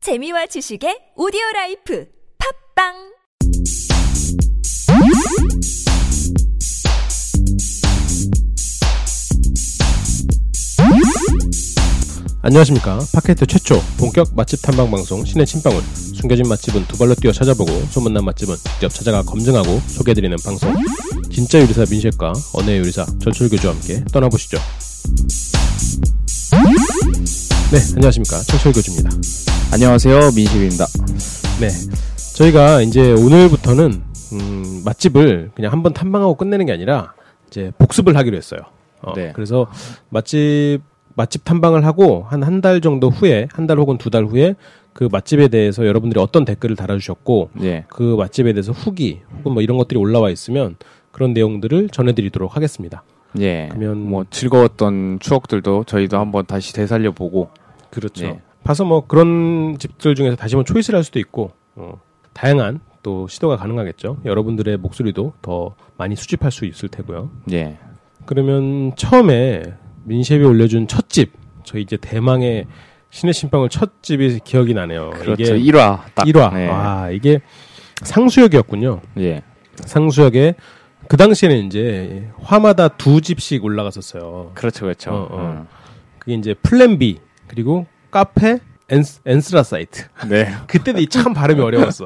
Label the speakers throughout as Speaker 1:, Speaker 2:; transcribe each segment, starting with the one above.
Speaker 1: 재미와 지식의 오디오 라이프 팝빵
Speaker 2: 안녕하십니까 팟캐스트 최초 본격 맛집 탐방 방송 신의 침방울 숨겨진 맛집은 두 발로 뛰어 찾아보고 소문난 맛집은 직접 찾아가 검증하고 소개해드리는 방송 진짜 요리사 민셰과 언어의 요리사 전철 교주와 함께 떠나보시죠 네 안녕하십니까 전철 교주입니다
Speaker 3: 안녕하세요 민식입니다.
Speaker 2: 네 저희가 이제 오늘부터는 음, 맛집을 그냥 한번 탐방하고 끝내는 게 아니라 이제 복습을 하기로 했어요 어,
Speaker 3: 네.
Speaker 2: 그래서 맛집 맛집 탐방을 하고 한 한 달 정도 후에 한 달 혹은 두 달 후에 그 맛집에 대해서 여러분들이 어떤 댓글을 달아주셨고
Speaker 3: 예.
Speaker 2: 그 맛집에 대해서 후기 혹은 뭐 이런 것들이 올라와 있으면 그런 내용들을 전해드리도록 하겠습니다.
Speaker 3: 예.
Speaker 2: 그러면-
Speaker 3: 뭐 즐거웠던 추억들도 저희도 한번 다시 되살려 보고
Speaker 2: 그렇죠.
Speaker 3: 네.
Speaker 2: 봐서 뭐 그런 집들 중에서 다시 한번 초이스를 할 수도 있고 어, 다양한 또 시도가 가능하겠죠. 여러분들의 목소리도 더 많이 수집할 수 있을 테고요.
Speaker 3: 예.
Speaker 2: 그러면 처음에 민셰이 올려준 첫 집, 저 이제 대망의 신의 신방울 첫 집이 어, 기억이 나네요.
Speaker 3: 그렇죠. 1화 딱
Speaker 2: 1화. 아.
Speaker 3: 예.
Speaker 2: 와, 이게 상수역이었군요.
Speaker 3: 예.
Speaker 2: 상수역에 그 당시에는 이제 화마다 두 집씩 올라갔었어요.
Speaker 3: 그렇죠. 그렇죠.
Speaker 2: 어, 어. 그게 이제 플랜 B 그리고 카페 엔스, 엔스라 사이트.
Speaker 3: 음. 네.
Speaker 2: 그때도 이 참 발음이 어려웠어.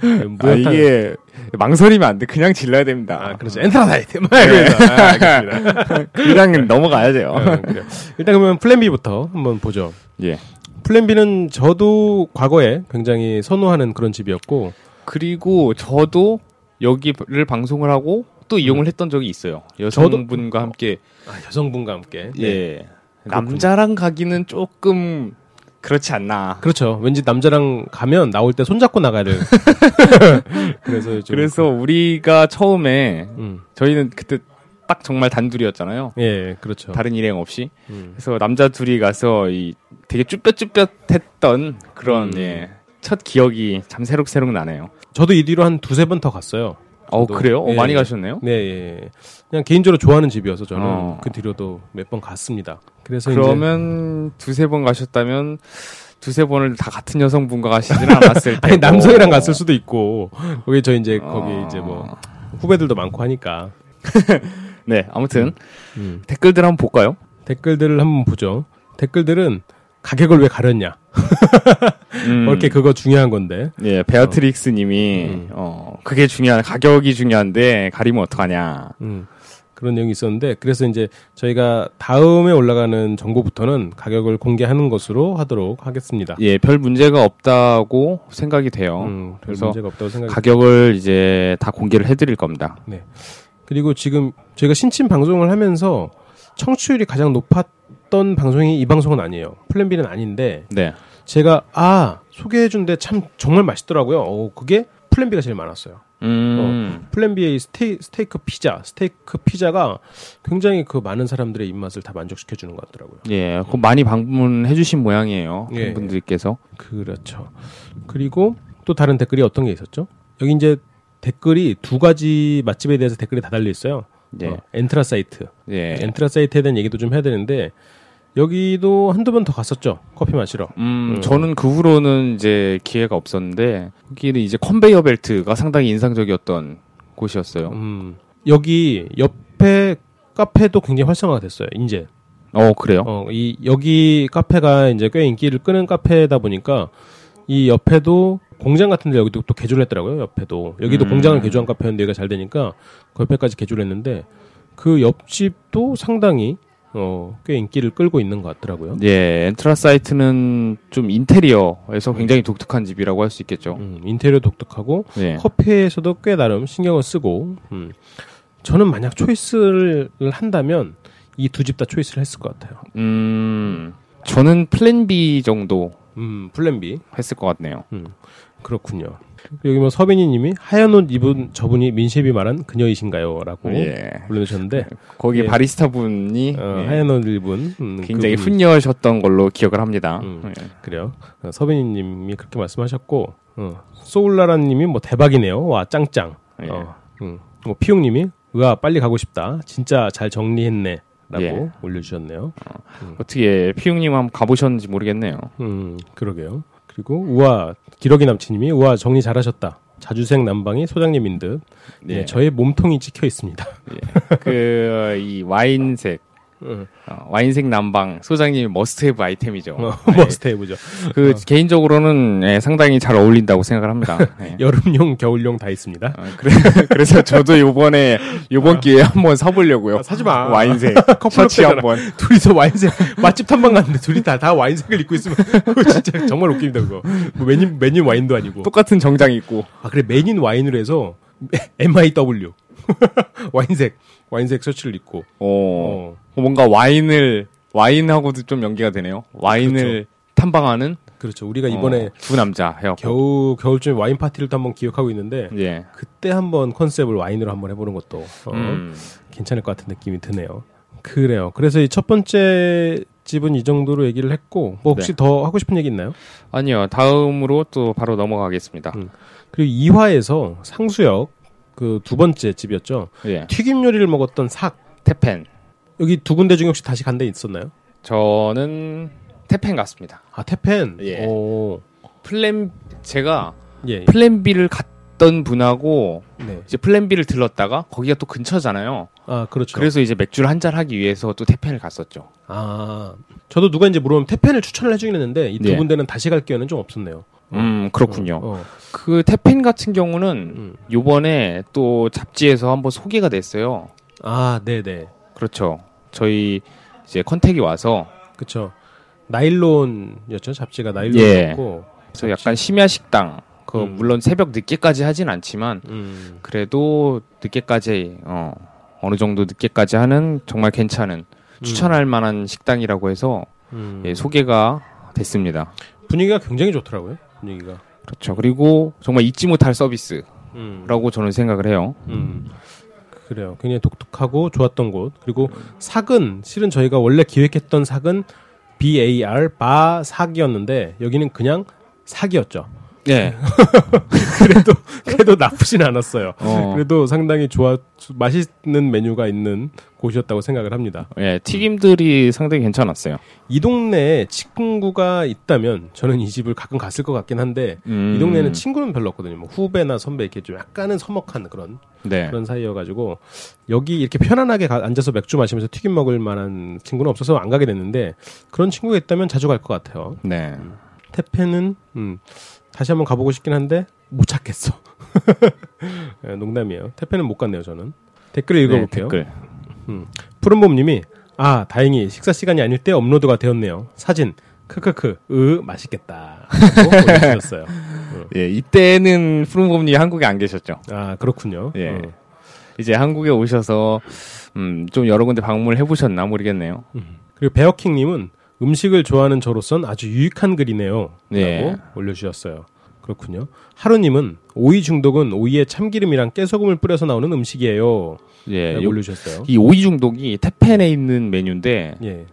Speaker 2: 그
Speaker 3: 아, 이게 망설이면 안 돼. 그냥 질러야 됩니다.
Speaker 2: 아, 그렇죠. 엔스라 사이트. 막 이러면서.
Speaker 3: 네,
Speaker 2: 아, 알겠습니다.
Speaker 3: 그냥 넘어가야 돼요.
Speaker 2: 어, 그래요. 일단 그러면 플랜 B부터 한번 보죠.
Speaker 3: 예.
Speaker 2: 플랜 B는 저도 과거에 굉장히 선호하는 그런 집이었고
Speaker 3: 그리고 저도 여기를 방송을 하고 또 이용을 했던 적이 있어요. 여성분과 함께
Speaker 2: 아, 여성분과 함께 네.
Speaker 3: 예. 남자랑 가기는 조금 그렇지 않나.
Speaker 2: 그렇죠. 왠지 남자랑 가면 나올 때 손잡고 나가야 돼. 그래서 좀
Speaker 3: 그래서 우리가 처음에
Speaker 2: 음.
Speaker 3: 저희는 그때 딱 정말 단둘이였잖아요.
Speaker 2: 예, 그렇죠.
Speaker 3: 다른 일행 없이.
Speaker 2: 음.
Speaker 3: 그래서 남자 둘이 가서 이 되게 쭈뼛쭈뼛했던 그런
Speaker 2: 음.
Speaker 3: 예, 첫 기억이 참 새록새록 나네요.
Speaker 2: 저도 이 뒤로 한 두세 번 더 갔어요.
Speaker 3: 어
Speaker 2: 저도-
Speaker 3: 그래요? 어,
Speaker 2: 예.
Speaker 3: 많이 가셨네요.
Speaker 2: 네, 예, 예. 그냥 개인적으로 좋아하는 집이어서 저는
Speaker 3: 어.
Speaker 2: 그 뒤로도 몇 번 갔습니다. 그래서 이제
Speaker 3: 그러면 두세 번 가셨다면 두세 번을 다 같은 여성분과 가시진 않았을 테고.
Speaker 2: 아니 남성이랑 갔을 수도 있고 거기 저 이제 거기
Speaker 3: 어.
Speaker 2: 이제 뭐 후배들도 많고 하니까
Speaker 3: 네, 아무튼
Speaker 2: 음.
Speaker 3: 댓글들 한번 볼까요?
Speaker 2: 댓글들을 한번 보죠. 댓글들은 가격을 왜 가렸냐? 뭐
Speaker 3: 음,
Speaker 2: 이렇게 음. 그거 중요한 건데.
Speaker 3: 예, 베아트릭스 님이 어, 그게 중요한 가격이 중요한데 가리면 어떡하냐.
Speaker 2: 음, 그런 내용이 있었는데 그래서 이제 저희가 다음에 올라가는 정보부터는 가격을 공개하는 것으로 하도록 하겠습니다.
Speaker 3: 예, 별 문제가 없다고 생각이 돼요.
Speaker 2: 아. 음, 별
Speaker 3: 그래서
Speaker 2: 문제가 없다고 생각이
Speaker 3: 가격을 이제 다 공개를 해드릴 겁니다.
Speaker 2: 네. 그리고 지금 저희가 신침 방송을 하면서 청취율이 가장 높았던 방송이 이 방송은 아니에요. 플랜 B는 아닌데
Speaker 3: 네.
Speaker 2: 제가 아 소개해 준데 참 정말 맛있더라고요. 어, 그게 플랜 B가 제일 많았어요.
Speaker 3: 음,
Speaker 2: 플랜 B의 스테, 스테이크 피자, 스테이크 피자가 굉장히 그 많은 사람들의 입맛을 다 만족시켜 주는 것 같더라고요.
Speaker 3: 예, 그거 많이 방문해주신 모양이에요.
Speaker 2: 예.
Speaker 3: 팬분들께서.
Speaker 2: 그렇죠. 그리고 또 다른 댓글이 어떤 게 있었죠? 여기 이제 댓글이 두 가지 맛집에 대해서 댓글이 다 달려 있어요.
Speaker 3: 예.
Speaker 2: 어, 엔트라 사이트.
Speaker 3: 예.
Speaker 2: 엔트라 사이트에 대한 얘기도 좀 해야 되는데 여기도 한두 번 더 갔었죠. 커피 마시러.
Speaker 3: 음, 저는 그 후로는 이제 기회가 없었는데, 거기는 이제 컨베이어 벨트가 상당히 인상적이었던 곳이었어요.
Speaker 2: 음. 여기 옆에 카페도 굉장히 활성화가 됐어요. 이제
Speaker 3: 어, 그래요?
Speaker 2: 어, 이 여기 카페가 이제 꽤 인기를 끄는 카페다 보니까 이 옆에도 공장 같은 데 여기도 또 개조를 했더라고요. 옆에도. 여기도
Speaker 3: 음.
Speaker 2: 공장을 개조한 카페였는데 여기가 잘 되니까 그 옆에까지 개조를 했는데 그 옆집도 상당히 어, 꽤 인기를 끌고 있는 것 같더라고요.
Speaker 3: 예, 엔트라 사이트는 좀 인테리어에서 굉장히 독특한 집이라고 할 수 있겠죠.
Speaker 2: 음, 인테리어 독특하고
Speaker 3: 예.
Speaker 2: 커피에서도 꽤 나름 신경을 쓰고 음. 저는 만약 초이스를 한다면 이 두 집 다 초이스를 했을 것 같아요.
Speaker 3: 네. 음, 저는 플랜 B 정도
Speaker 2: 음, 플랜 B
Speaker 3: 했을 것 같네요.
Speaker 2: 그렇군요. 여기 뭐 서빈이님이 하얀 옷 입은 저분이 민셰비 말한 그녀이신가요?라고
Speaker 3: 예.
Speaker 2: 불러주셨는데
Speaker 3: 거기
Speaker 2: 예.
Speaker 3: 바리스타 분이 예,
Speaker 2: 어, 하얀 옷 입은 음,
Speaker 3: 굉장히
Speaker 2: 그분이-
Speaker 3: 훈녀셨던 걸로 기억을 합니다.
Speaker 2: 음.
Speaker 3: 예.
Speaker 2: 그래요. 어, 서빈이님이 그렇게 말씀하셨고 어, 소울라라님이 뭐 대박이네요. 와 짱짱.
Speaker 3: 예.
Speaker 2: 어, 음. 뭐 피용님이 으아 빨리 가고 싶다. 진짜 잘 정리했네라고
Speaker 3: 예.
Speaker 2: 올려주셨네요.
Speaker 3: 어떻게 피용님 한번 가보셨는지 모르겠네요.
Speaker 2: 음, 그러게요. 그리고 우와 기러기 남친님이 우와 정리 잘하셨다. 자주색 남방이 소장님인 듯. 예,
Speaker 3: 예.
Speaker 2: 저의 몸통이 찍혀 있습니다.
Speaker 3: 그 이 와인색
Speaker 2: 응.
Speaker 3: 어, 와인색 남방 소장님이 머스트헤브 아이템이죠.
Speaker 2: 어. 머스트 해보죠.
Speaker 3: 그
Speaker 2: 어.
Speaker 3: 개인적으로는 예, 상당히 잘 어울린다고 생각을 합니다. 예.
Speaker 2: 여름용, 겨울용 다 있습니다.
Speaker 3: 어, 그래, 서 저도 요번에 요번 기회에 한번 사보려고요.
Speaker 2: 어. 아, 사지 마.
Speaker 3: 와인색
Speaker 2: 커플업
Speaker 3: 셔츠
Speaker 2: 되잖아.
Speaker 3: 한번.
Speaker 2: 둘이서 와인색 맛집 탐방 갔는데 둘이 다 다 와인색을 입고 있으면 그거 진짜 정말 웃깁니다 그거. 뭐 맨인 맨인 와인도 아니고.
Speaker 3: 똑같은 정장 입고
Speaker 2: 아 그래 맨인 와인으로 해서 MIW 와인색 와인색 셔츠를 입고.
Speaker 3: 어,
Speaker 2: 어
Speaker 3: 뭔가 와인을 와인하고도 좀 연계가 되네요. 와인을 탐방하는
Speaker 2: 그렇죠. 우리가 이번에
Speaker 3: 어, 두 남자 해갖고
Speaker 2: 겨우 겨울쯤 와인 파티를 또 한번 기억하고 있는데
Speaker 3: 예.
Speaker 2: 그때 한번 컨셉을 와인으로 한번 해보는 것도 어,
Speaker 3: 음.
Speaker 2: 괜찮을 것 같은 느낌이 드네요. 그래요. 그래서 이 첫 번째 집은 이 정도로 얘기를 했고 뭐 혹시
Speaker 3: 네.
Speaker 2: 더 하고 싶은 얘기 있나요?
Speaker 3: 아니요 다음으로 또 바로 넘어가겠습니다.
Speaker 2: 음. 그리고 2화에서 상수역 그 두 번째 집이었죠.
Speaker 3: 예.
Speaker 2: 튀김 요리를 먹었던 삭
Speaker 3: 태펜
Speaker 2: 여기 두 군데 중에 혹시 다시 간 데 있었나요?
Speaker 3: 저는 태펜 갔습니다.
Speaker 2: 아 태펜.
Speaker 3: 예.
Speaker 2: 오.
Speaker 3: 플랜 제가
Speaker 2: 예.
Speaker 3: 플랜 B를 갔던 분하고
Speaker 2: 네.
Speaker 3: 이제 플랜 B를 들렀다가 거기가 또 근처잖아요.
Speaker 2: 아 그렇죠.
Speaker 3: 그래서 이제 맥주를 한잔 하기 위해서 또 태펜을 갔었죠.
Speaker 2: 아 저도 누가 이제 물어보면 태펜을 추천을 해주긴 했는데 이 두
Speaker 3: 예.
Speaker 2: 군데는 다시 갈 기회는 좀 없었네요.
Speaker 3: 음 그렇군요.
Speaker 2: 어.
Speaker 3: 그 태펜 같은 경우는
Speaker 2: 음.
Speaker 3: 요번에 또 잡지에서 한번 소개가 됐어요.
Speaker 2: 아 네네.
Speaker 3: 그렇죠. 저희 이제 컨택이 와서
Speaker 2: 그쵸. 나일론이었죠. 잡지가
Speaker 3: 예.
Speaker 2: 나일론이었고.
Speaker 3: 그래서 약간 심야 식당 그
Speaker 2: 음.
Speaker 3: 물론 새벽 늦게까지 하진 않지만
Speaker 2: 음.
Speaker 3: 그래도 늦게까지 어, 어느 정도 늦게까지 하는 정말 괜찮은 추천할 만한 식당이라고 해서
Speaker 2: 음.
Speaker 3: 예, 소개가 됐습니다.
Speaker 2: 분위기가 굉장히 좋더라고요. 분위기가.
Speaker 3: 그렇죠. 그리고 정말 잊지 못할 서비스라고
Speaker 2: 음.
Speaker 3: 저는 생각을 해요.
Speaker 2: 음. 그래요. 굉장히 독특하고 좋았던 곳. 그리고 삭은 실은 저희가 원래 기획했던 삭은 BAR 바 삭이었는데 여기는 그냥 삭이었죠.
Speaker 3: 네.
Speaker 2: 그래도 그래도 나쁘진 않았어요.
Speaker 3: 어.
Speaker 2: 그래도 상당히 좋아 맛있는 메뉴가 있는 곳이었다고 생각을 합니다.
Speaker 3: 예, 튀김들이 상당히 괜찮았어요.
Speaker 2: 이 동네에 친구가 있다면 저는 이 집을 가끔 갔을 것 같긴 한데
Speaker 3: 음.
Speaker 2: 이 동네는 친구는 별로 없거든요. 뭐 후배나 선배 이렇게 좀 약간은 서먹한 그런
Speaker 3: 네.
Speaker 2: 그런 사이여가지고 여기 이렇게 편안하게 가- 앉아서 맥주 마시면서 튀김 먹을 만한 친구는 없어서 안 가게 됐는데 그런 친구가 있다면 자주 갈 것 같아요.
Speaker 3: 네.
Speaker 2: 태페는 음, 다시 한번 가보고 싶긴 한데 못 찾겠어. 예, 농담이에요. 태페는 못 갔네요. 저는 댓글을 읽어볼게요.
Speaker 3: 네, 댓글.
Speaker 2: 푸른봄님이 아 다행히 식사 시간이 아닐 때 업로드가 되었네요. 사진 크크크 으 맛있겠다. 라고 보내주셨어요.
Speaker 3: 예, 이때는 푸른봄님 한국에 안 계셨죠.
Speaker 2: 아 그렇군요.
Speaker 3: 예.
Speaker 2: 어.
Speaker 3: 이제 한국에 오셔서 음, 좀 여러 군데 방문을 해보셨나 모르겠네요.
Speaker 2: 그리고 베어킹님은 음식을 좋아하는 저로선 아주 유익한 글이네요.
Speaker 3: 네.
Speaker 2: 라고 올려주셨어요. 그렇군요. 하루님은 오이 중독은 오이에 참기름이랑 깨소금을 뿌려서 나오는 음식이에요.
Speaker 3: 예,
Speaker 2: 라고
Speaker 3: 요-
Speaker 2: 올려주셨어요.
Speaker 3: 이 오이 중독이 태펜에 있는 메뉴인데
Speaker 2: 예.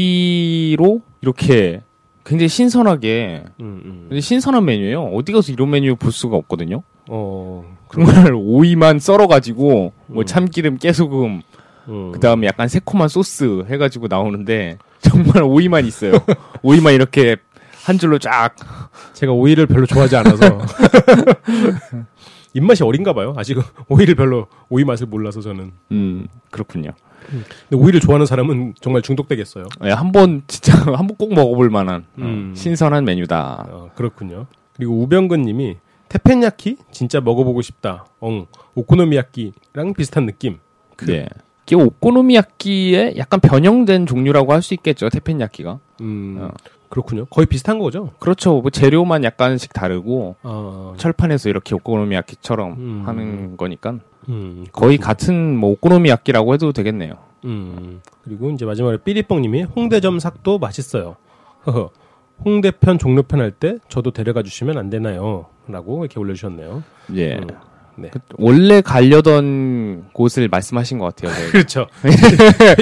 Speaker 3: 오이로 이렇게 굉장히 신선하게
Speaker 2: 음, 음.
Speaker 3: 굉장히 신선한 메뉴예요. 어디 가서 이런 메뉴 볼 수가 없거든요.
Speaker 2: 어,
Speaker 3: 정말 오이만 썰어가지고 뭐 참기름, 깨소금,
Speaker 2: 음.
Speaker 3: 그 다음에 약간 새콤한 소스 해가지고 나오는데 정말 오이만 있어요. 오이만 이렇게 한 줄로 쫙.
Speaker 2: 제가 오이를 별로 좋아하지 않아서. 입맛이 어린가 봐요. 아직 은 오이를 별로, 오이 맛을 몰라서 저는.
Speaker 3: 음 그렇군요.
Speaker 2: 근데 오이를 좋아하는 사람은 정말 중독되겠어요.
Speaker 3: 예, 한번 진짜 한 번 꼭 먹어볼 만한 어,
Speaker 2: 음.
Speaker 3: 신선한 메뉴다.
Speaker 2: 어, 그렇군요. 그리고 우병근 님이 테펜야키 진짜 먹어보고 싶다. 엉 오코노미야끼랑 비슷한 느낌.
Speaker 3: 네. 이게 오코노미야끼의 약간 변형된 종류라고 할 수 있겠죠 테펜야끼가.
Speaker 2: 음,
Speaker 3: 어.
Speaker 2: 그렇군요. 거의 비슷한 거죠.
Speaker 3: 그렇죠. 뭐 재료만 약간씩 다르고
Speaker 2: 아,
Speaker 3: 철판에서 이렇게 오코노미야끼처럼
Speaker 2: 음.
Speaker 3: 하는 거니까
Speaker 2: 음,
Speaker 3: 거의 같은 뭐 오코노미야끼라고 해도 되겠네요.
Speaker 2: 음. 그리고 이제 마지막에 삐리뽕님이 홍대점 삭도 맛있어요. 허허. 홍대편 종로편 할 때 저도 데려가 주시면 안 되나요? 라고 이렇게 올려주셨네요.
Speaker 3: 예.
Speaker 2: 음. 네.
Speaker 3: 그- 원래 가려던 곳을 말씀하신 것 같아요. 저희가.
Speaker 2: 그렇죠.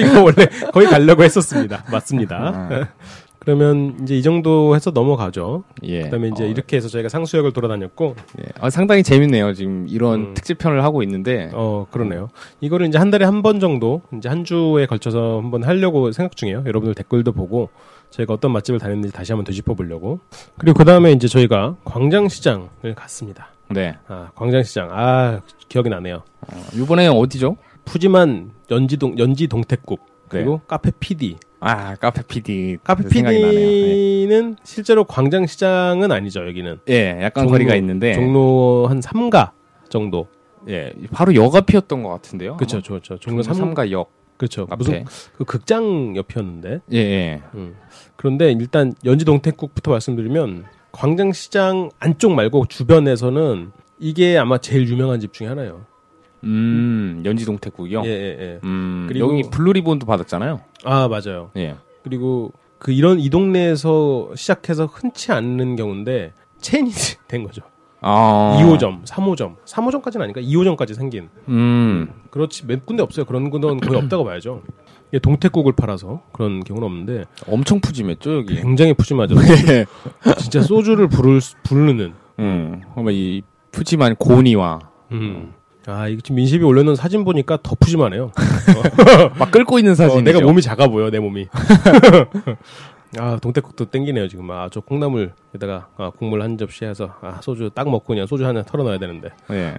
Speaker 2: 이거 원래 거의 가려고 했었습니다.
Speaker 3: 아.
Speaker 2: 맞습니다. 그러면 이제 이 정도 해서 넘어가죠.
Speaker 3: 예.
Speaker 2: 그다음에 이제
Speaker 3: 어,
Speaker 2: 이렇게 해서 저희가 상수역을 돌아다녔고
Speaker 3: 예. 어, 상당히 재밌네요. 지금 이런 특집편을 하고 있는데
Speaker 2: 음. 어 그러네요. 이거를 이제 한 달에 한 번 정도 이제 한 주에 걸쳐서 한번 하려고 생각 중이에요. 여러분들 댓글도 보고 저희가 어떤 맛집을 다녔는지 다시 한번 되짚어 보려고. 그리고 그 다음에 이제 저희가 광장시장을 갔습니다.
Speaker 3: 네.
Speaker 2: 아, 광장시장. 아, 기억이 나네요.
Speaker 3: 어, 이번에 어디죠?
Speaker 2: 네. 푸짐한 연지동, 연지동태국. 그리고 카페 PD.
Speaker 3: 아 카페 PD.
Speaker 2: 카페
Speaker 3: 네. 생각이 나네요.
Speaker 2: PD는 실제로 광장시장은 아니죠, 여기는.
Speaker 3: 예, 약간
Speaker 2: 종로-
Speaker 3: 거리가 있는데
Speaker 2: 종로 한 3가 정도.
Speaker 3: 예, 바로 역 앞이었던 것 같은데요.
Speaker 2: 그렇죠,
Speaker 3: 아마.
Speaker 2: 그렇죠. 종로
Speaker 3: 종로
Speaker 2: 3,
Speaker 3: 3가 역
Speaker 2: 그렇죠.
Speaker 3: 앞에.
Speaker 2: 무슨 그 극장 옆이었는데.
Speaker 3: 예, 예.
Speaker 2: 음. 그런데 일단 연지동태국부터 말씀드리면 광장시장 안쪽 말고 주변에서는 이게 아마 제일 유명한 집 중에 하나예요.
Speaker 3: 음, 연지동태국이요.
Speaker 2: 예, 예, 예.
Speaker 3: 음,
Speaker 2: 그리고-
Speaker 3: 여기 블루리본도 받았잖아요.
Speaker 2: 아, 맞아요.
Speaker 3: 예.
Speaker 2: 그리고 그 이런 이 동네에서 시작해서 흔치 않는 경우인데 체인이 된 거죠.
Speaker 3: 아,
Speaker 2: 2호점, 3호점, 3호점까지는 아니까 2호점까지 생긴.
Speaker 3: 음,
Speaker 2: 그렇지 몇 군데 없어요. 그런 군데는 거의 없다고 봐야죠. 이게 동태국을 팔아서 그런 경우는 없는데
Speaker 3: 엄청 푸짐했죠 여기.
Speaker 2: 굉장히 푸짐하죠. 진짜 소주를 부를 수- 부르는.
Speaker 3: 음, 정말 이 푸짐한 고니와
Speaker 2: 음. 아 이거 지금 민식이 올려놓은 사진 보니까 더 푸짐하네요.
Speaker 3: 막 끌고 있는
Speaker 2: 어,
Speaker 3: 사진.
Speaker 2: 내가 몸이 작아 보여 내 몸이. 아 동태국도 땡기네요 지금. 아저 콩나물에다가 아, 국물 한 접시 해서 아 소주 딱 먹고 그냥 소주 하나 털어놔야 되는데.
Speaker 3: 예.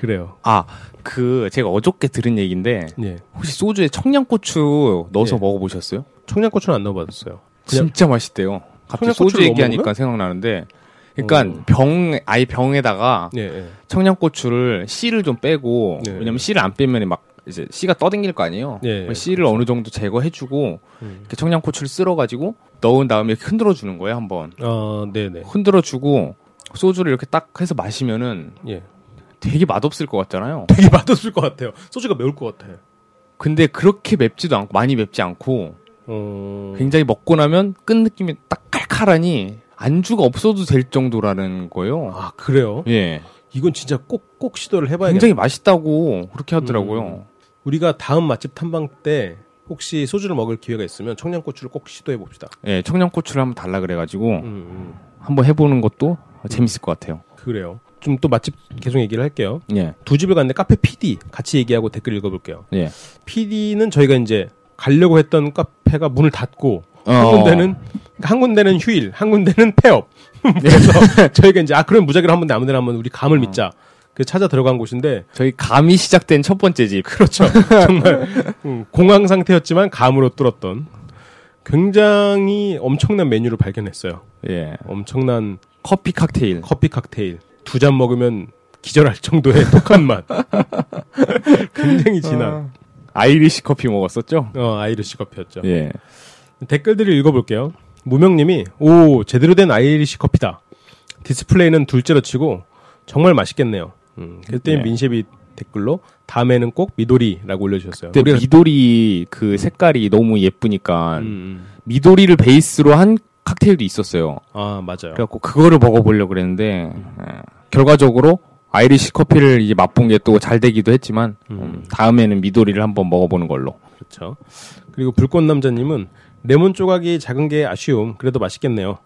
Speaker 2: 그래요.
Speaker 3: 아, 그 제가 어저께 들은 얘기인데
Speaker 2: 예.
Speaker 3: 혹시 소주에 청양고추 넣어서
Speaker 2: 예.
Speaker 3: 먹어보셨어요?
Speaker 2: 청양고추는 안 넣어봤어요. 그냥
Speaker 3: 진짜 맛있대요. 갑자기
Speaker 2: 청양고추를
Speaker 3: 소주
Speaker 2: 넣어
Speaker 3: 얘기하니까 생각나는데, 그러니까 병 아예 병에다가
Speaker 2: 예, 예.
Speaker 3: 청양고추를 씨를 좀 빼고
Speaker 2: 네.
Speaker 3: 왜냐면 씨를 안 빼면 막 이제 씨가 떠댕길 거 아니에요.
Speaker 2: 예,
Speaker 3: 네. 그래서 씨를 어느 정도 제거해주고 이렇게 청양고추를 쓸어가지고 넣은 다음에 이렇게 흔들어 주는 거예요 한번.
Speaker 2: 어, 네, 네.
Speaker 3: 흔들어 주고 소주를 이렇게 딱 해서 마시면은
Speaker 2: 예.
Speaker 3: 되게 맛없을 것 같잖아요.
Speaker 2: 되게 맛없을 것 같아요. 소주가 매울 것 같아.
Speaker 3: 근데 그렇게 맵지도 않고 많이 맵지 않고
Speaker 2: 어.
Speaker 3: 굉장히 먹고 나면 끈 느낌이 딱 칼칼하니 안주가 없어도 될 정도라는 거예요.
Speaker 2: 아 그래요?
Speaker 3: 예,
Speaker 2: 이건 진짜 꼭꼭 시도를 해봐야겠다.
Speaker 3: 굉장히 맛있다고 그렇게
Speaker 2: 음,
Speaker 3: 하더라고요.
Speaker 2: 우리가 다음 맛집 탐방 때 혹시 소주를 먹을 기회가 있으면 청양고추를 꼭 시도해 봅시다.
Speaker 3: 예, 청양고추를 한번 달라 그래가지고
Speaker 2: 음, 음.
Speaker 3: 한번 해보는 것도 재밌을 것 같아요.
Speaker 2: 그래요. 좀 또 맛집 계속 얘기를 할게요.
Speaker 3: 예,
Speaker 2: 두 집을 갔는데 카페 PD 같이 얘기하고 댓글 읽어볼게요.
Speaker 3: 예.
Speaker 2: PD는 저희가 이제 가려고 했던 카페가 문을 닫고 한
Speaker 3: 어.
Speaker 2: 군데는 한 군데는 휴일, 한 군데는 폐업. 그래서 저희가 이제 아 그럼 무작위로 한 군데 아무 데나 한번 우리 감을 믿자. 그 찾아 들어간 곳인데
Speaker 3: 저희 감이 시작된 첫 번째 집.
Speaker 2: 그렇죠. 정말 음, 공황 상태였지만 감으로 뚫었던 굉장히 엄청난 메뉴를 발견했어요.
Speaker 3: 예,
Speaker 2: 엄청난
Speaker 3: 커피 칵테일.
Speaker 2: 커피 칵테일 두 잔 먹으면 기절할 정도의 독한 맛. 굉장히 진한
Speaker 3: 아이리시 커피 먹었었죠?
Speaker 2: 어, 아이리시 커피였죠.
Speaker 3: 예.
Speaker 2: 댓글들을 읽어볼게요. 무명님이 오 제대로 된 아이리시 커피다. 디스플레이는 둘째로 치고 정말 맛있겠네요. 음, 그때
Speaker 3: 네.
Speaker 2: 민셰비 댓글로 다음에는 꼭 미도리라고 올려주셨어요.
Speaker 3: 근데
Speaker 2: 우리가-
Speaker 3: 미도리 그 색깔이 너무 예쁘니까
Speaker 2: 음, 음.
Speaker 3: 미도리를 베이스로 한 칵테일도 있었어요.
Speaker 2: 아 맞아요.
Speaker 3: 그래갖고 그거를 먹어보려고 그랬는데
Speaker 2: 음.
Speaker 3: 예. 결과적으로 아이리시 커피를 이제 맛본 게 또 잘 되기도 했지만 음, 다음에는 미도리를 한번 먹어보는 걸로.
Speaker 2: 그렇죠. 그리고 불꽃 남자님은 레몬 조각이 작은 게 아쉬움. 그래도 맛있겠네요.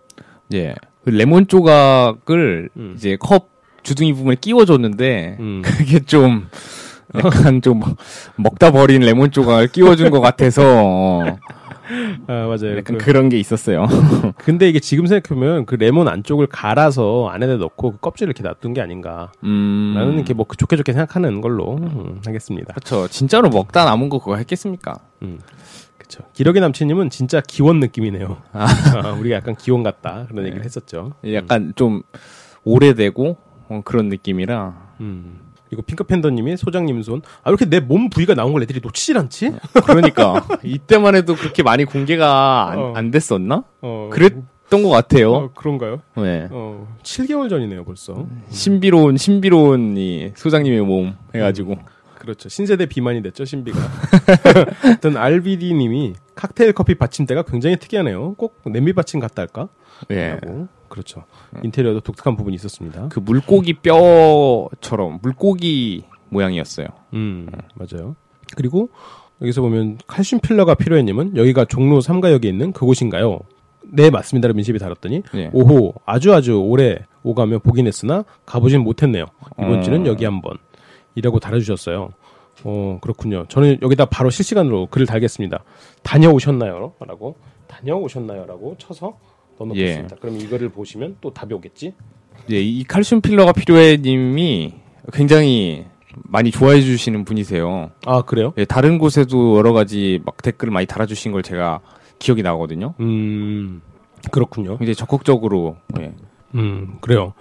Speaker 3: 예. 그 레몬 조각을 이제 컵 주둥이 부분에 끼워줬는데
Speaker 2: 음.
Speaker 3: 그게 좀 약간 좀 먹다 버린 레몬 조각을 끼워준 것 같아서 어,
Speaker 2: 아 맞아요. 그,
Speaker 3: 약간 그런 게 있었어요.
Speaker 2: 근데 이게 지금 생각해보면 그 레몬 안쪽을 갈아서 안에다 넣고 그 껍질을 이렇게 놔둔 게 아닌가.
Speaker 3: 음.
Speaker 2: 나는 이렇게 뭐그 좋게 좋게 생각하는 걸로 음, 하겠습니다.
Speaker 3: 그렇죠. 진짜로 먹다 남은 거 그거 했겠습니까?
Speaker 2: 그렇죠. 기러기 남친님은 진짜 기원 느낌이네요. 아, 우리가 약간 기원 같다 그런 얘기를 했었죠.
Speaker 3: 약간 좀 오래되고 어, 그런 느낌이라
Speaker 2: 음. 그리고 핑크팬더님이 소장님 손. 아, 왜 이렇게 내 몸 부위가 나온 걸 애들이 놓치질 않지?
Speaker 3: 그러니까 이때만 해도 그렇게 많이 공개가 안,
Speaker 2: 어.
Speaker 3: 안 됐었나?
Speaker 2: 어,
Speaker 3: 그랬던 것 같아요.
Speaker 2: 어, 그런가요?
Speaker 3: 네. 음.
Speaker 2: 어, 7개월 전이네요, 벌써.
Speaker 3: 신비로운 신비로운이 소장님의 몸 해가지고
Speaker 2: 그렇죠. 신세대 비만이 됐죠, 신비가. 어떤 RBD님이 칵테일 커피 받침대가 굉장히 특이하네요. 꼭 냄비 받침 같다 할까?
Speaker 3: 예.
Speaker 2: 라고. 그렇죠. 인테리어도 독특한 부분이 있었습니다.
Speaker 3: 그 물고기 뼈처럼 물고기 모양이었어요.
Speaker 2: 음, 맞아요. 그리고 여기서 보면 칼슘 필러가 필요해님은 여기가 종로 3가역에 있는 그곳인가요? 네, 맞습니다. 민심이 달았더니
Speaker 3: 예.
Speaker 2: 오호 아주 아주 오래 오가며 보긴 했으나 가보진 못했네요. 이번
Speaker 3: 어.
Speaker 2: 주는 여기 한번 이라고 달아주셨어요. 어, 그렇군요. 저는 여기다 바로 실시간으로 글을 달겠습니다. 다녀오셨나요? 라고. 다녀오셨나요? 라고 쳐서 넣어놓겠습니다. 그럼 이거를 보시면 또 답이 오겠지?
Speaker 3: 예, 이 칼슘 필러가 필요해 님이 굉장히 많이 좋아해 주시는 분이세요.
Speaker 2: 아, 그래요?
Speaker 3: 예, 다른 곳에도 여러 가지 막 댓글을 많이 달아주신 걸 제가 기억이 나거든요.
Speaker 2: 음, 그렇군요.
Speaker 3: 굉장히 적극적으로 예,
Speaker 2: 음, 그래요.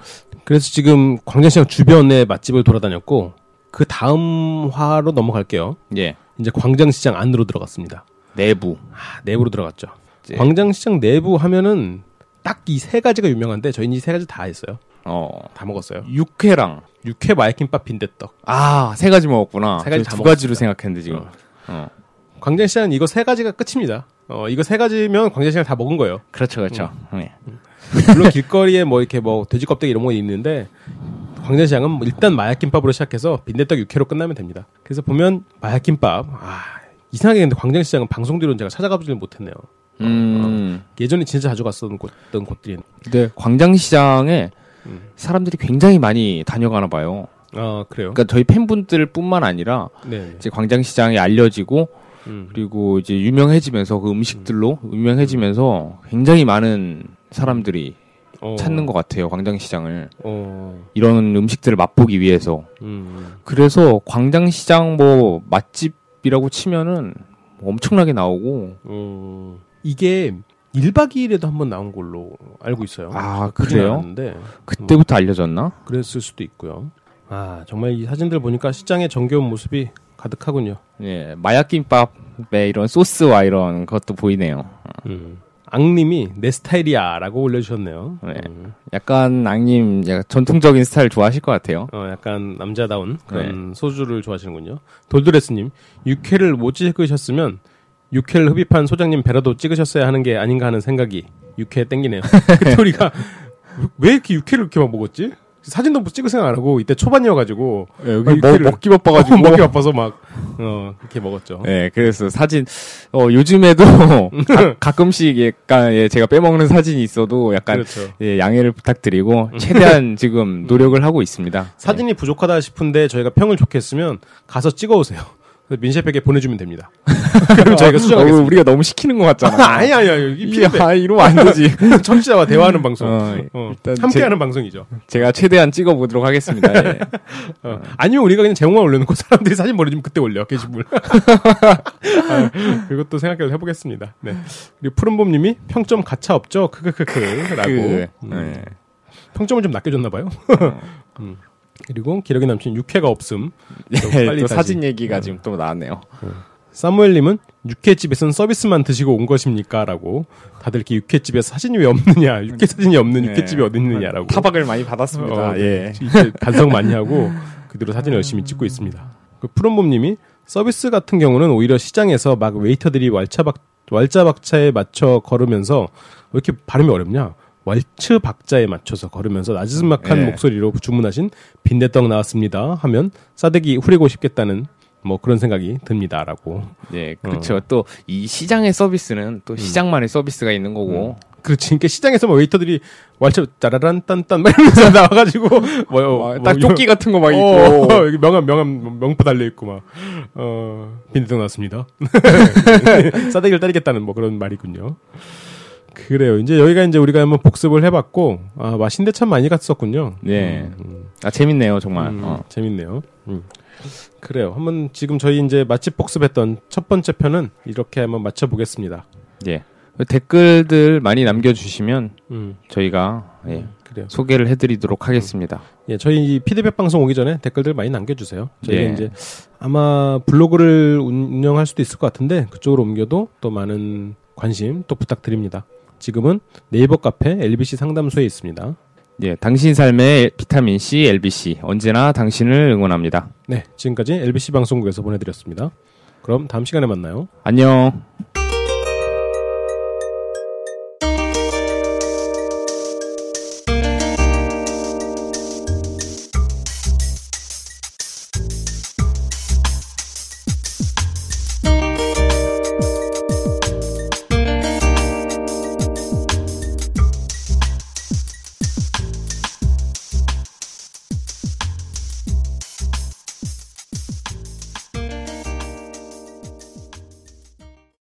Speaker 2: 그래서 지금 광장시장 주변에 맛집을 돌아다녔고, 그 다음 화로 넘어갈게요.
Speaker 3: 예,
Speaker 2: 이제 광장시장 안으로 들어갔습니다.
Speaker 3: 내부
Speaker 2: 아, 내부로 들어갔죠.
Speaker 3: 이제-
Speaker 2: 광장시장 내부 하면은 딱 이 세 가지가 유명한데, 저희는 이 세 가지 다 했어요.
Speaker 3: 어
Speaker 2: 다 먹었어요.
Speaker 3: 육회랑
Speaker 2: 육회 마이킹밥 빈대떡.
Speaker 3: 아 세 가지 먹었구나.
Speaker 2: 세 가지
Speaker 3: 저
Speaker 2: 다
Speaker 3: 두 가지로
Speaker 2: 먹었습니다.
Speaker 3: 생각했는데 지금 어.
Speaker 2: 광장시장은 이거 세 가지가 끝입니다. 어, 이거 세 가지면 광장시장 다 먹은 거예요.
Speaker 3: 그렇죠, 그렇죠. 예.
Speaker 2: 물론 길거리에 뭐 이렇게 뭐 돼지 껍데기 이런 거 있는데 광장시장은 뭐 일단 마약김밥으로 시작해서 빈대떡 육회로 끝나면 됩니다. 그래서 보면 마약김밥 아 이상하게 근데 광장시장은 방송 뒤로는 제가 찾아가보지를 못했네요.
Speaker 3: 음.
Speaker 2: 예전에 진짜 자주 갔었던 곳, 어떤 곳들이
Speaker 3: 근데 광장시장에
Speaker 2: 음.
Speaker 3: 사람들이 굉장히 많이 다녀가나 봐요.
Speaker 2: 아 그래요.
Speaker 3: 그러니까 저희 팬분들뿐만 아니라
Speaker 2: 네.
Speaker 3: 이제 광장시장이 알려지고
Speaker 2: 음.
Speaker 3: 그리고 이제 유명해지면서 그 음식들로 유명해지면서 굉장히 많은 사람들이
Speaker 2: 어,
Speaker 3: 찾는 것 같아요. 광장시장을
Speaker 2: 어,
Speaker 3: 이런 음식들을 맛보기 위해서.
Speaker 2: 음,
Speaker 3: 그래서 광장시장 뭐 맛집이라고 치면은 엄청나게 나오고.
Speaker 2: 어, 이게 1박 2일에도 한번 나온 걸로 알고 있어요.
Speaker 3: 아
Speaker 2: 았
Speaker 3: 그래요?
Speaker 2: 는데
Speaker 3: 그때부터 알려졌나?
Speaker 2: 그랬을 수도 있고요. 아 정말 이 사진들 보니까 시장의 정겨운 모습이 가득하군요.
Speaker 3: 예, 마약김밥에 이런 소스와 이런 것도 보이네요.
Speaker 2: 음. 악님이 내 스타일이야라고 올려주셨네요.
Speaker 3: 네.
Speaker 2: 음.
Speaker 3: 약간 낭님 약간 전통적인 스타일 좋아하실 것 같아요.
Speaker 2: 어, 약간 남자다운
Speaker 3: 네.
Speaker 2: 그런 소주를 좋아하시는군요. 돌드레스님 육회를 못 찍으셨으면 육회를 흡입한 소장님 배라도 찍으셨어야 하는 게 아닌가 하는 생각이 육회 땡기네요. 그때 우리가 왜 이렇게 육회를 이렇게 막 먹었지? 사진도 뭐 찍을 생각 안 하고 이때 초반이어가지고
Speaker 3: 네, 여기 먹- 먹기 바빠가지고.
Speaker 2: 먹기 바빠서 막 어, 이렇게 먹었죠.
Speaker 3: 네, 그래서 사진 어, 요즘에도 가, 끔씩 약간 예, 제가 빼먹는 사진이 있어도 약간
Speaker 2: 그렇죠. 음.
Speaker 3: 예, 양해를 부탁드리고 최대한 지금 노력을 하고 있습니다.
Speaker 2: 사진이 부족하다 싶은데 저희가 평을 좋게 했으면 가서 찍어오세요. 그래서 민셰프에게 보내주면 됩니다. 그럼 저희가
Speaker 3: 어,
Speaker 2: 수정하겠습니다.
Speaker 3: 우리가 너무 시키는 것 같잖아.
Speaker 2: 아니 아니 아니 이게
Speaker 3: 이,
Speaker 2: 필요해.
Speaker 3: 아, 이러면 안 되지.
Speaker 2: 청취자와 대화하는 방송.
Speaker 3: 어,
Speaker 2: 어,
Speaker 3: 일단
Speaker 2: 함께하는 방송이죠.
Speaker 3: 제가 최대한 찍어보도록 하겠습니다. 예.
Speaker 2: 어. 아니면 우리가 그냥 제목만 올려놓고 사람들이 사진 보내주면 그때 올려 게시물. 아, 그것도 생각을 해보겠습니다. 네. 그리고 푸른봄님이 평점 가차 없죠? 크크크크라고.
Speaker 3: 그, 어.
Speaker 2: 음.
Speaker 3: 예.
Speaker 2: 평점을 좀 낮게줬나 봐요. 음. 그리고 기력이 넘친 육회가 없음. 또
Speaker 3: 예,
Speaker 2: 빨리
Speaker 3: 또
Speaker 2: 다시. 음.
Speaker 3: 사진 얘기가 지금 또 나왔네요.
Speaker 2: 사무엘님은 육회집에선 서비스만 드시고 온 것입니까? 라고 다들 이렇게 육회집에 사진이 왜 없느냐, 육회 사진이 없는
Speaker 3: 네.
Speaker 2: 육회집이 어디 있느냐라고
Speaker 3: 타박을 많이 받았습니다.
Speaker 2: 어,
Speaker 3: 예.
Speaker 2: 이렇게 반성 많이 하고 그대로 사진 을 열심히 찍고 있습니다. 그 푸른봄님이 서비스 같은 경우는 오히려 시장에서 막 웨이터들이 왈차박 왈자박차에 맞춰 걸으면서 왜 이렇게 발음이 어렵냐? 왈츠 박자에 맞춰서 걸으면서 나지막한
Speaker 3: 예.
Speaker 2: 목소리로 주문하신 빈대떡 나왔습니다 하면 싸대기 후리고 싶겠다는 뭐 그런 생각이 듭니다라고
Speaker 3: 예,
Speaker 2: 음.
Speaker 3: 그렇죠. 또 이 시장의 서비스는 또 시장만의 서비스가 있는 거고.
Speaker 2: 그렇지. 그러니까 시장에서 막 웨이터들이 왈츠 짜라란 딴딴 막 이러면서 나와가지고 뭐,
Speaker 3: 아,
Speaker 2: 뭐
Speaker 3: 딱
Speaker 2: 이런-
Speaker 3: 조끼 같은 거 막 있고.
Speaker 2: 어, 여기 명함 명함 명포 달려 있고 막 어, 빈대떡 나왔습니다. 싸대기를 때리겠다는 뭐 그런 말이군요. 그래요. 이제 여기가 이제 우리가 한번 복습을 해봤고 아 맛인데 참 많이 갔었군요.
Speaker 3: 예. 아 재밌네요, 정말.
Speaker 2: 음,
Speaker 3: 어.
Speaker 2: 재밌네요. 그래요. 한번 지금 저희 이제 맛집 복습했던 첫 번째 편은 이렇게 한번 맞춰보겠습니다.
Speaker 3: 예. 댓글들 많이 남겨주시면
Speaker 2: 음,
Speaker 3: 저희가 예,
Speaker 2: 그래요.
Speaker 3: 소개를 해드리도록 하겠습니다.
Speaker 2: 예, 저희 이 피드백 방송 오기 전에 댓글들 많이 남겨주세요. 저희가
Speaker 3: 예.
Speaker 2: 이제 아마 블로그를 운영할 수도 있을 것 같은데 그쪽으로 옮겨도 또 많은 관심 또 부탁드립니다. 지금은 네이버 카페 LBC 상담소에 있습니다.
Speaker 3: 예, 당신 삶의 비타민 C, LBC 언제나 당신을 응원합니다.
Speaker 2: 네, 지금까지 LBC 방송국에서 보내드렸습니다. 그럼 다음 시간에 만나요.
Speaker 3: 안녕.